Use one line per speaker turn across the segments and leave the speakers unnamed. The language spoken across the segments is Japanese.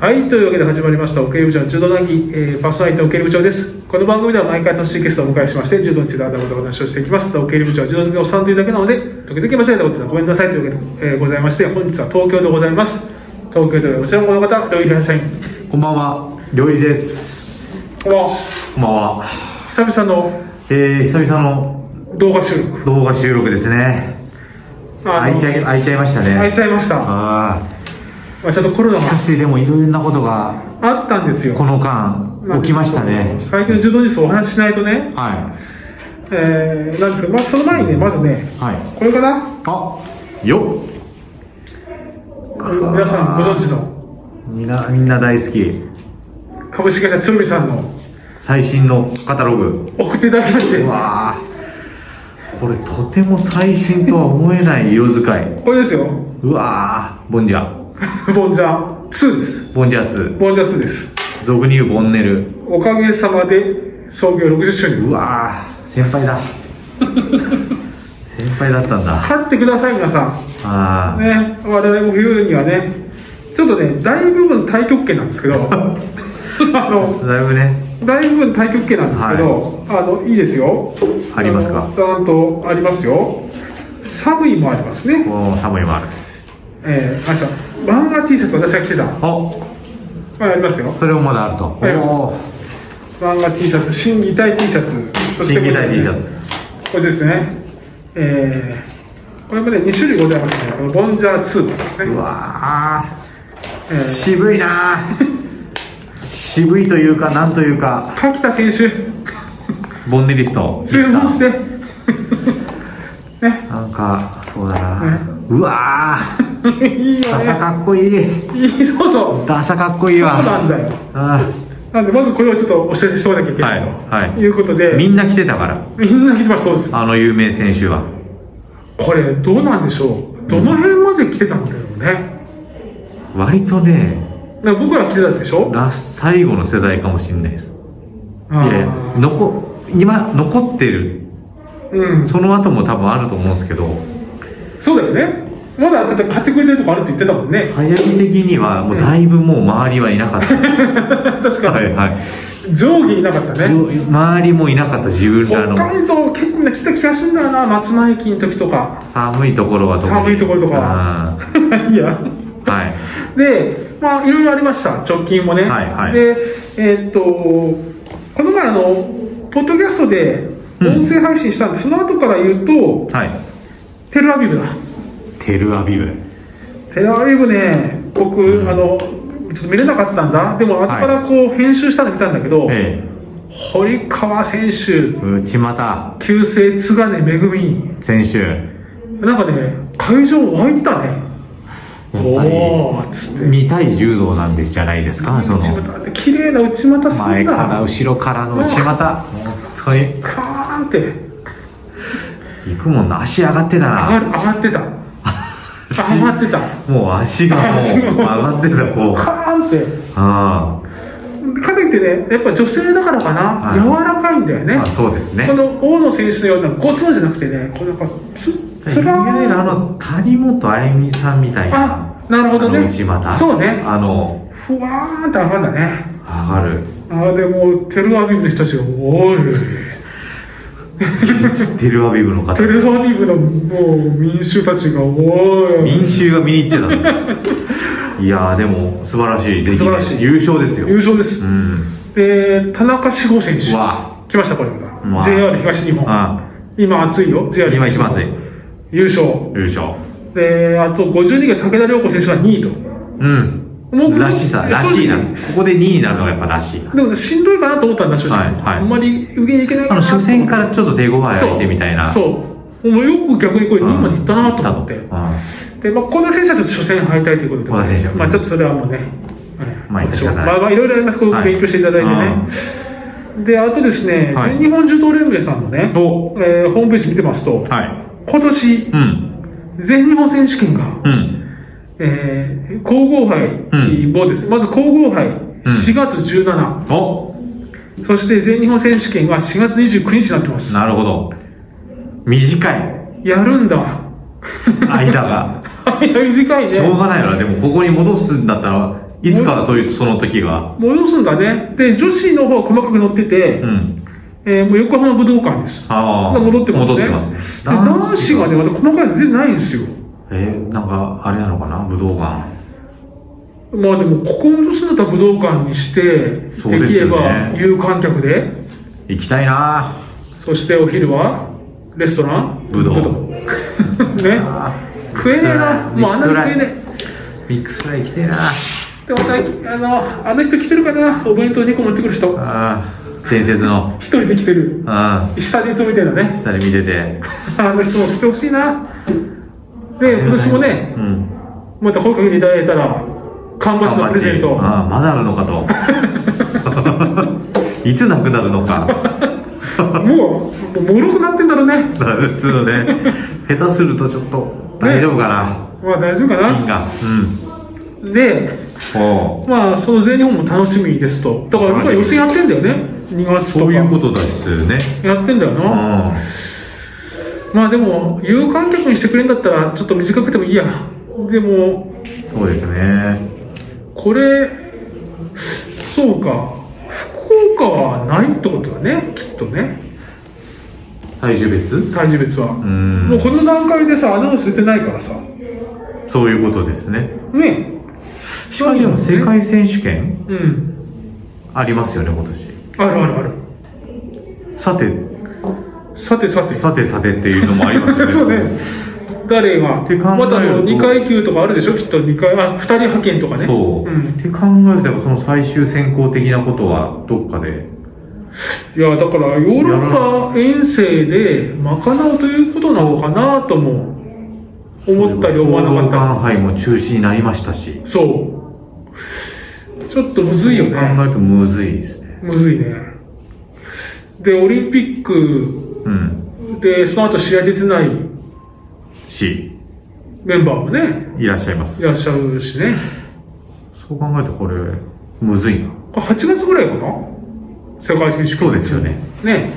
はい、というわけで始まりました、奥江部長の柔道談義、えーパーソナリティの奥江部長です。この番組では毎回年ゲストをお迎えしまして、柔道についてあだことお話をしていきます。奥江部長は柔道好きのおっさんというだけなので、時々間違えたことはごめんなさいというわけで、えーございまして、本日は東京でございます。東京ではこちらもこの方、料理会社員。
こんばんは、料理です。
こんばんは
こんばんは。
久々の
えー、久々の
動画収録。
動画収録ですね。開いちゃい、開いちゃいましたね。
開いちゃいました。
あ
まあ、ちょっとコロ
あ。
ナ
し
が
かし、でもいろんなことが、
あったんですよ。
この間、起きましたね。
最近の柔道ニュースをお話ししないとね、
は
えー、なんですけど、まあ、その前にね、まずね、
い。はい。
これかな、
あ、よ
皆さんご存知の
っみんな、みんな大好き。
株式会社鶴見さんの
最新のカタログ。
送っていただきまして
う、わあ。これとても最新とは思えない色使い。
これですよ、
うわあ。ボンジャ。
ボンジャー2です。
ボンジャ2。
ボンジャー2です。
俗に言うボンネル。
おかげさまで創業60周年。
うわー先 輩だ先輩だったんだ
買ってください、皆さん。
あー
ね、我々も冬にはね、ちょっとね、大部分太極拳なんですけど、 あの、
だいぶね
大部分太極拳なんですけど、あのいいですよ
ありますか
あのちゃんとありますよ寒いもありますね
もう寒いもある
えー、あと漫画 T シャツ私が着てたま
お
あありますよ
それもまだあると
あります
おお
漫画 T シャツ審議体 T シャツそして
新
これ
技体 T シャツ
これですねえー、これもね2種類ございますねこのボンジャー2です
う
ね
わ
え
ー
ー
渋いなー渋いというかなんというか
柿田選手
ボンネリスト
注
ミ
文
ス
し
タ
て
ー
ね
なんかそうだな、
ね
うわー
いいよ
ダ サ
ね
かっこいい
いいそうそう
ダサかっこいいわ
そうなんだよ
あ
なんでまずこれをちょっとお知らせしておかなきゃいけない
ーはい
ということで、
はいみんな来てたから
みんな来てます、そうです。
あの有名選手は
これ、どうなんでしょう。どの辺まで来てたんだろうね。
割とね
なんか僕ら来てたやつでしょ
ラス最後の世代かもしれないです
い
いやいや残今残ってる
うん。
その後も多分あると思うんですけど
そうだよね。まだ、だって買ってくれてるとこあるって言ってたもんね。
流行り的にはもうだいぶもう周りはいなかったで
確
す
か
は
に。
いはい
上下いなかったね。
周りもいなかった自分
北
らの
海道結構みんな来た気がするんだよな、松前駅の時とか。
寒いところは特に
寒いところとかいや。
うんはい
で、まあ、いろいろありました。直近もね。
はいはい
で、えーっと、この前、あの、ポッドキャストで
うん
音声配信したんで、その後から言うと、
はい
テルアビブだ。
テルアビブ
テラビブね、僕、
うん
あの、ちょっと見れなかったんだ。でも、後
はい
からこう、編集したの見たんだけど、
え
堀川選手
え、内股
旧姓津金恵み、
選手
なんかね、会場湧いてたね。
やっぱり
おーっつって。
見たい柔道なんでじゃないですかその
内股って綺麗な内股すん
前から
だ。
後ろからの内股もうそれ
カーンって、
行くもんな足上がってた
上
な
がる上がってた。
足
上がってた。
もう足がもう
足が
上がってたこう
カーンって。
あ
かといってね、やっぱ女性だからかな、
はい
柔らかいんだよね。
あそうですね
この大野選手のようなゴツンじゃなくてね、こうなんかつ、つ
い
ら
わゆるあ
ー
の谷本あゆみさんみたいな
あ、なるほど
あ
ね。
の内股
そうね。
あの
ふわーんって上がるんだね。
上 がる
あでも、テルアビブの人たちが、おい、
テルアビブの方
テルアビブのもう民衆たちが、おい、
民衆が見に行ってたのいやーでも素晴らしい出来で
素晴らしい
優勝です
優
よ
勝です
う。ん
で、田中志保選手。
うわ
来ました、これま
う
た。
わ
JR 東日本。
あ
今熱いよ、JR
今
東
一
日
番熱い
本。優勝。
優勝
で、あと52位が武田良子選手が2位と。
うん
もう
らしさ
いや
らしいな
正
こ
直
こで2位になるのがやっぱらしいな
でもねしんどいかなと思ったんだ、正直。
はいはい
あんまり上に行けない
あ
か
の
なと思
初
って
戦からちょっと手強い相手みたいな
そう。もうよく逆にこれ2までいったなと思って。
うんうん
で、まあ、この選手はちょっと初戦敗退ということで、
小田選手は
まあ、ちょっとそれはもうね、
ま
は
あ
い
致し方ない
まあ、まあいろいろあります、こう
はい
勉強していただいてね。で、あとですね、
は
全
い
日本柔道連盟さんのね、
お
えーホームページ見てますと、
はい
今年、
うん
全日本選手権が、
うん
えー、皇后杯
う
もです、まず皇后杯
うん
4月17、
お
そして全日本選手権は4月29日になってます。
なるほど短い
やるんだ。
間が
いや短いね。
しょうがないよなでもここに戻すんだったらいつかそういう、その時が。
戻すんだね。で、女子の方は細かく乗ってて、
うん。
えーもう横浜武道館です。
ああ。
戻ってますね。
戻ってますね。
で男子がね、また細かいの出てないんですよ。
えー、なんか、あれなのかな武道館。
まあでも、ここの年だったら武道館にして、
そう
で
で
き
す
れ
よね
ば有観客で、
行きたいな
そしてお昼は、レストラン
武道
ね。
あー
食えねえな。もうあんなに食えねえ。
ミックスフライ行きたい
で
な
またあのあの人来てるかなお弁当2個持ってくる人
あー伝説の。
一人で来てる
うん。
下地いつもみたいなね
下で見てて。
あの人も来てほしいなで今年もね
うん。
また声かけていただいたら間伐のプレゼント
ああ、まだあるのかと。 いつなくなるのか。
もうもうもろくなってんだろうね
普通のね、下手するとちょっと大丈夫かな。
まあ大丈夫か
金
な
が。
で
うん。おう
まあその全日本も楽しみですとだから今予選やってんだよね2月とか
そういうことですよね。
やってんだよ
う
な、
ん。
まあでも有観客にしてくれるんだったらちょっと短くてもいいやでも
そうですね。
これそうか福岡はないってことだねきっとね
体重別
体重別は、
ん
もうこの段階でさアナウンス出てないからさ
そういうことですね。
ね
しかしでも世界選手権
うん
ありますよね、今年。
あるあるある
さて、
さてさて
さてさてっていうのもありますよ ね。
そうね誰が
って考えると
またあの2階級とかあるでしょきっと2階あ2人派遣とかね
そう。
ん
っ、て考えたら、その最終選考的なことは、どっかで。
いやだからヨーロッパ遠征で賄うということなのかなとも思ったり思わなかったり
ガンハイも中止になりましたし。
そう。ちょっとむずいよ
考
ね。
えるとむずいですね。
むずいね。で、オリンピック
うん。
で、その後試合出てない
し、
メンバーもね、
いらっしゃいま
い
す。
らっしゃるしね。
そう考えると、これ、むずいな。
これ8月ぐらいかな世界選手権。
そうですよね。
ね。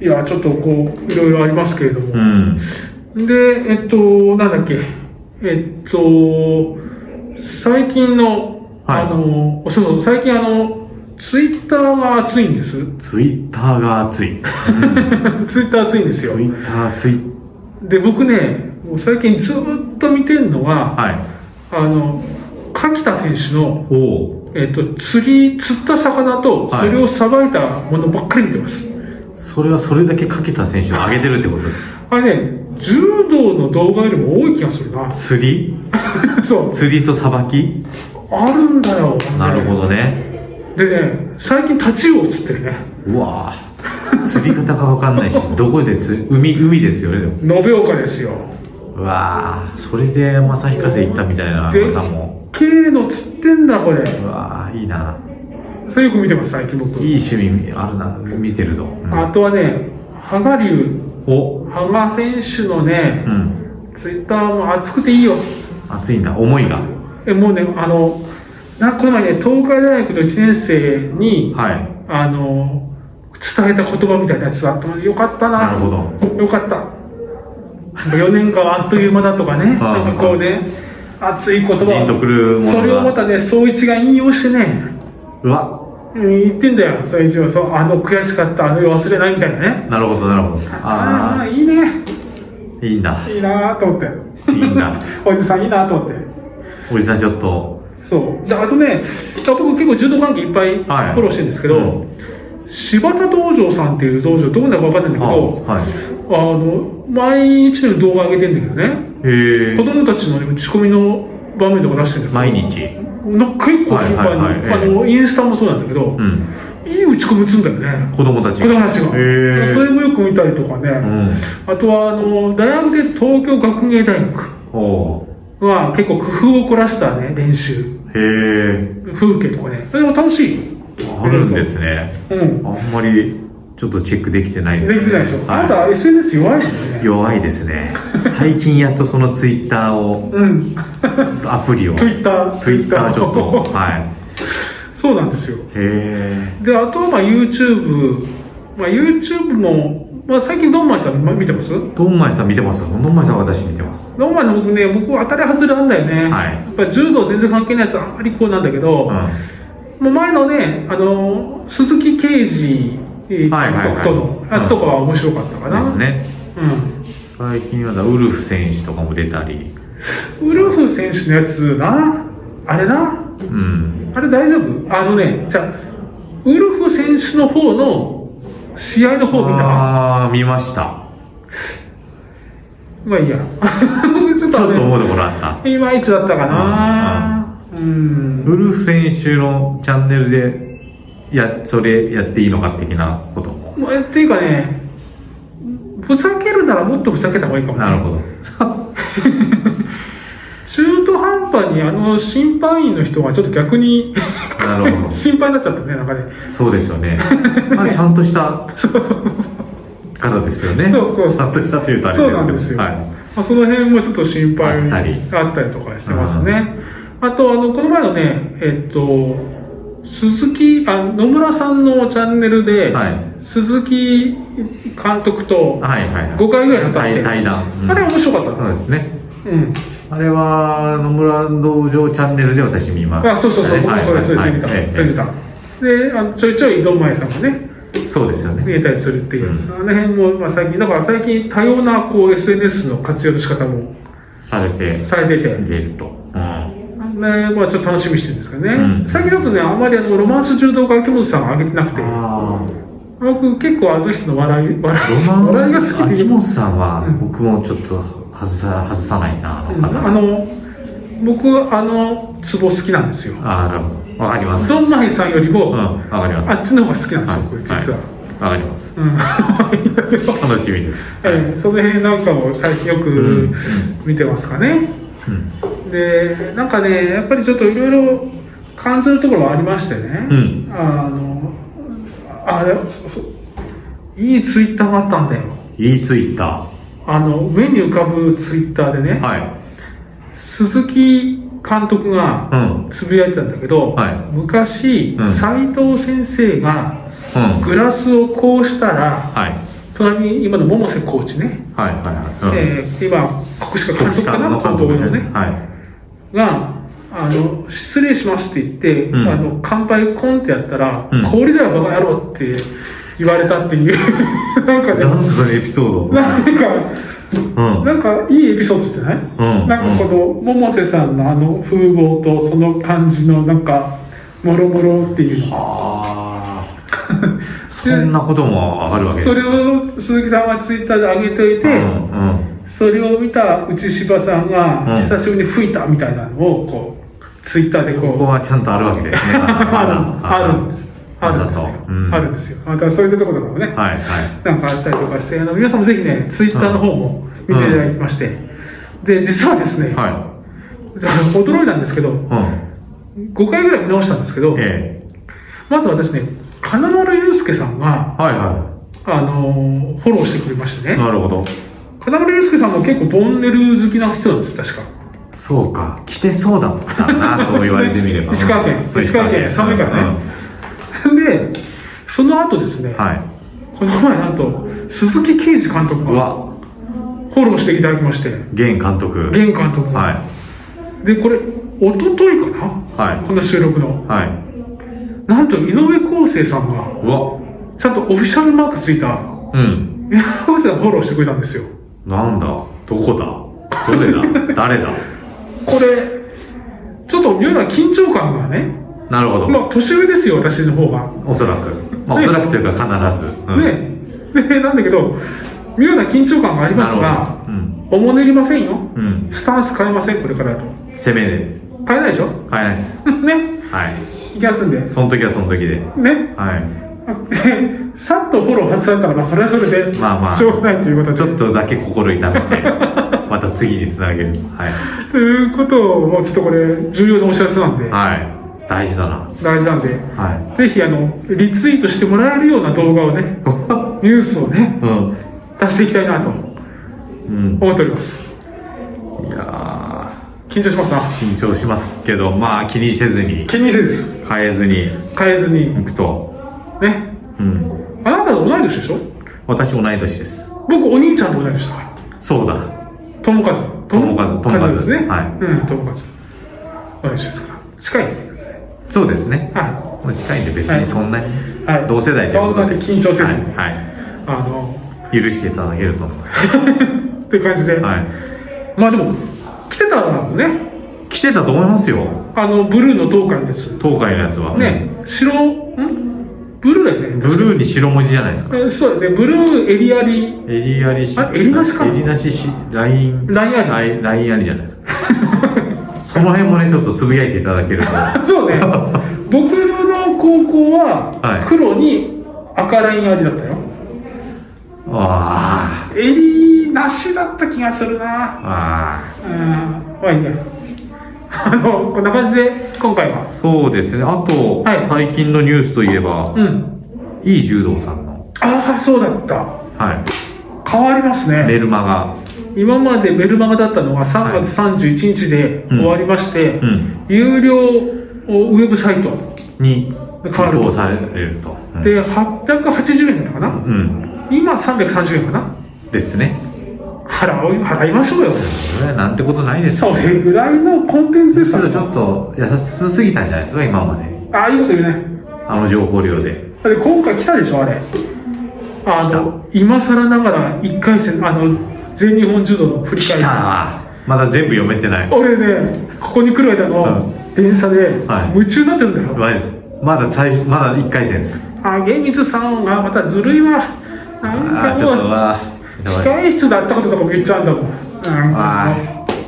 いや、ちょっとこう、いろいろありますけれども。
うん。
で、えっと、なんだっけ、えっと、最近の、
はい
あの、そうそう、最近あの、ツイッターが熱いんです。
ツイッターが熱い。
ツイッター熱いんですよ
ツ。イッター熱い。
で、僕ね、もう最近ずっと見てるのが、
はい。
あの、柿田選手の、
おう
えっと、釣り、釣った魚と、
はい
それをさばいたものばっかり見てます。
それはそれだけ柿田選手が上げてるってことです。。
あれね、柔道の動画よりも多い気がするな
釣り
そう。
釣りとさばき
あるんだよ。
なるほどね。
でね、最近タチウオ釣ってるね。
うわぁ。釣り方がわかんないし、どこで釣り、海、海ですよね、でも。
延岡ですよ。
うわぁ。それで旭化成行ったみたいな、
で
朝も。
K の釣ってんだ、これ。
うわぁ、いいな
それよく見てます、最近僕。
いい趣味あるな、見てると。うん
あとはね、羽賀龍、
お
羽賀選手のね
う、ん。
ツイッターも熱くていいよ。
熱いんだ、思いが。
え、もうね、あの、なこの前ね、東海大学の1年生に、
はい。
あの、伝えた言葉みたいなやつあったので、よかったな。
なるほど。
よかった。4年間はあっという間だとか ね、
あ
な
ー
んかこうね、熱い言葉を
ジーンとくるものが
それをまたね、総一が引用してね、
うわ
うん言ってんだよ、総一は。そうあの悔しかった、あの忘れないみたいなね。
なるほど、なるほど。
ああ
あ
ー、いいね。
あ、いいんだ。
いいなと思って。
いいんだ。
おじさんいいなと思って。
おじさんちょっと。
そう。であとね、僕結構柔道関係いっぱいフ
はい
ォローしてるんですけど、
うん
柴田道場さんっていう道場、どこなのか分かんないんだ
あ
けど、
はい。
あの、毎日のように動画上げてんだけどね。
へえ
子。供たちのね打ち込みの場面とか出してるんだ
毎日。
けどなんか結構頻繁に、
はいはい
あ
はい
のインスタもそうなんだけど
う、ん。
いい打ち込み打つんだよね
子供たち
子供たちが、
へえ
それもよく見たりとかね、
うん
あとはあの大学で東京学芸大学
おう
は結構工夫を凝らしたね練習
へえ
風景とかねそれも楽しい
あるんですね
うん
あんまりちょっとチェックできてないん
できてないでしょ、あな
は
た SNS 弱いんです
い、
ね
弱いですね最近やっとそのツイッターを
うん
アプリを
Twitter
Twitter ちょっとは
そうなんですよ
いへえ
であとはまあ YouTube、まあ、YouTube もまあ、最近ドンマイさんま見てますド
ドンマイさん見てますドンマイさん私見てます
ンマイさん僕ね僕当たり外れあんだよね、
はい
やっぱ柔道全然関係ないやつあんまりこうなんだけど、
うん
も
は
う前のねあの鈴木刑事監
はいはいはい
督とのやつとかは面白かったかな、
ですね
う
最近はだウルフ選手とかも出たり
んウルフ選手のやつなあれな
うん
あれ大丈夫あのね、じゃあウルフ選手の方の試合の方見た
ああ見ました
まあいいや。 ちょっ
ち
とあ
ょっと思
れ
うところあった
いまいちだったかな。うん。
ウルフ選手のチャンネルでやそれやっていいのか的なことも
まあっていうかね、ふざけるならもっとふざけた方がいいかも、ね。
なるほど
中途半端にあの審判員の人がちょっと逆 に
なるほど
心配になっちゃったね、なんかね。
そうですよね まあちゃんとした
そうそうそうそう。
方ですよね
そうそうそう
ちゃんとしたというとあ
そ
れ
う
ですけ
な
ど
んですよ、
はい
まあ、その辺もちょっと心配
あったり
あったりとかしてますね、あとあのこの前のねえっと鈴木あ野村さんのチャンネルで、
はい
鈴木監督と
はいはいはい
5回ぐらい当たって、
対対談、うん
あれ面白かった
そう
な
ですね
うん、
あれは野村道場チャンネルで私見ます
あそうそうそう、僕もそれそれそれ見た、
ええ
それ見たであのちょいちょいドンマイさんがね
そうですよ
見
ね
えたりするっていうやつ、あの辺も、まあ、最近だから最近多様なこう SNS の活用の仕方も
されて
されてて
出ると、うん、
ね、まあちょっと楽しみにしてるんですけどね、
うん
最近だとね、あんまりあのロマンス柔道家、木本さんは上げてなくて、
あ
僕、結構あの人の笑い、
あ
笑い、
ロマ
笑い
ン
が
ス
好きで
秋、元さんは
うん
僕もちょっと外さ外さないなあの方、
あの、僕、あの、ツボ好きなんですよ。
あなるほどわかります
ドンマイさんより
うん
も、
わかります
あっちの方が好きなんですよ、僕、
はい
実は。
わかります
うんいいんだけど
楽しみです
はいその辺なんかも最近よ
う
く
ん
見てますかね。
うん
でなんかねやっぱりちょっといろいろ感じるところはありましてね、
うん
あのあれそそいいツイッターがあったんだよ
いいツイッタ
あの目に浮かぶツイッターでね、
ーはい
鈴木監督が
うん
つぶやいたんだけど、
はい
昔、
うん
斉藤先生が
うん
グラスをこうしたら
はい
隣に今の百瀬コーチね、
はいはいはい、うん
えー今国士官監
国
督
士
か
舘
な
の監
監
督
督
です
の
ね
ね、
はい
が、あの、失礼しますって言って、
うん
あの、乾杯コンってやったら、
うん
氷だよバカ野郎って言われたっていう、 なんか
ダ
ね、
ンスのエピソード
なんか、
うん
なんかいいエピソードじゃない、
うん
なんかこの、百瀬さんのあの風貌とその感じの、なんか、もろもろっていうの。
ああそんなこともあるわけで
そ
すか
れを鈴木さんがツイッターで上げといて、
うんうん
それを見た内柴さん
う
が
ん
久しぶりに吹いたみたいなのをこうツイッターでこ
こ
う
こはちゃんとあるわけですね
あるんです。あ
あ
る
る
ん
ん
で
ですす
よ
よ。うん
あるんですよ。またそういったところとかもね、
はいはい
なんかあったりとかして、あの皆さんもぜひね、ツイッターの方も見ていただきまして、で、実はですね、
は
驚いたんですけど、
いうん
5回ぐらい見直したんですけど、
ええ
まず私ね、金丸祐介さんが、
はいは
あのーフォローしてくれまして
い
ね、
なるほど
金丸祐介さんも結構ボンネル好きな人なんです、確か。
そうか来てそうだっ たなそう言われてみれば
石川県
うん
石川県寒いからねで、その後ですね、
うんはい
この前なんと、鈴木啓二監督
う
が
わ
フォローしていただきまして、
現監督
現監督が。
は
でこれ一昨日かな、
はい
この収録の
いはい
なんと井上康生さんが
うわ
ちゃんとオフィシャルマークついた
うん
井上康生さんフォローしてくれたんですよ
なんだどこだどれだ誰 だ
これちょっと妙な緊張感がね
なるほど、
まあ年上ですよ私の方が、
おそらく、まあ、お
ね
そらくというか必ず、うん、
ねでなんだけど妙な緊張感がありま
なる
す
ほ
が
どうん、
おもねりませんよ
うん、
スタンス変えませんこれからと
攻めで
変えないでしょ
変えないです
ね
はい
いきますんでね
その時はその時ではい
で さっとフォロー外されたらまあそれはそれでし
まあまあ
ょうがないということで
ちょっとだけ心痛め てまた次につなげるはい、
ということを、もうちょっとこれ、重要なお知らせなんで、
はい、大事だな
大事なんで、
は
ぜひ、あの、リツイートしてもらえるような動画をね、ニュースをね、
い うん
出していきたいなと
うん
思っております。
いや
緊張しますな。
ー緊張しますけどまあ気にせずに
気にせず、
変えずに
変えずに、
いくと
ね。
うん
あなたと同い年でしょ
私私同い年です。
僕、お兄ちゃんと同い年だから。
そうだ。
友和。
友和友和
ですね。
はい
うん、友和。同い年ですから。近い。
そうですね。
は
まあ近いんで別にそんなに、
はい
同世代ということで。
そんなに緊張せずに
は
い
い。は。
あの、
い許していただけると思います。
っていう感じで。
はい。
まあでも、来てたらね、
来てたと思いますよ。
あの、ブルーの東海のやつ。
東海のやつは。
ね、白、んブルーだよね。
ブルーに白文字じゃないですか。
えそうだね、ブルーエリアリー、
襟ありし。
あ襟なしか
襟なしし、ライン。
ラインあり
ラインラインありじゃないですか。 その辺もね、ちょっとつぶやいていただける と。は
そうね、僕の高校
は
はい黒に赤ラインありだったよ。
ああ。
襟なしだった気がするな。
あ
うん、まあいいや。あの、こんな感じで、今回
あ。
は。
そうですね。あと、
はい
最近のニュースといえば、
うん。
いい柔道さんの、
ああ、そうだった。
は
変わります
い、メ
ね。
ルマが、
今までメルマガだったのが3月31日で終わりまして、
うん、
有料ウェブサイト
に
変わ
加
る
工されると。うん、
で880円だったかな、
うん。
今330円かな
ですね。
払い払いましょうよ
それはなんてことないです
それぐらいのコンテンツです
そ
よ
れはちょっと優しすぎたんじゃないですか、今まで。
ああいうこと言うね
あの情報量で。
だって今回来たでしょあれあの今更ながら1回戦あの全日本柔道の振り
来
返
た
り
わまだ全部読めてない。
俺ねここに来る間の
うん
電車で
はい
夢中になってるんだよ、
マジです。まだ最初、まだ1回戦です。
あげみつさんがまたずるいわな
あ
ん
あ、ちょ
か
っと
もう
わやばい
控え室だったこととかも言っちゃうんだもんなんか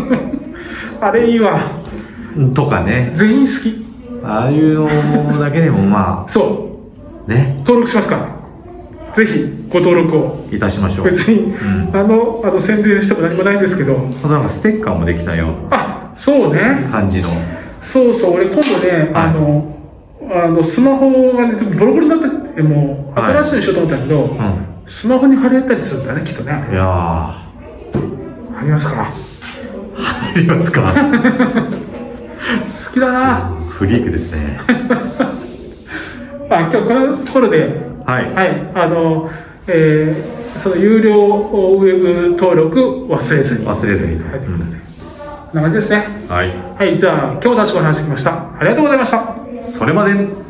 もう あれいいわ
うんとかね。
全員好き
ああいうのだけでもま
そう
あ、ね、
登録しますからぜひご登録を
いたしましょう。
別に、
うん
あのあの宣伝しても何もないんですけど
あとなんかステッカーもできたよう
あそうね
な感じの。
そうそう俺今度ね、あのあのスマホがねボロボロになっててもう
はい
新しいのにしようと思ったけど、
うん。
スマホに貼り合ったりするんだねきっとね
いやー、あ
貼りますから
りますか
好きだな
フリークですね。
あ今日このところで
はい。
はいあのえーその有料ウェブ登録忘れずに
忘れずにと。
はい
うん
こんな感じですね
はい。
はい、じゃあ今日の話も話してきました。ありがとうございました。
それまで。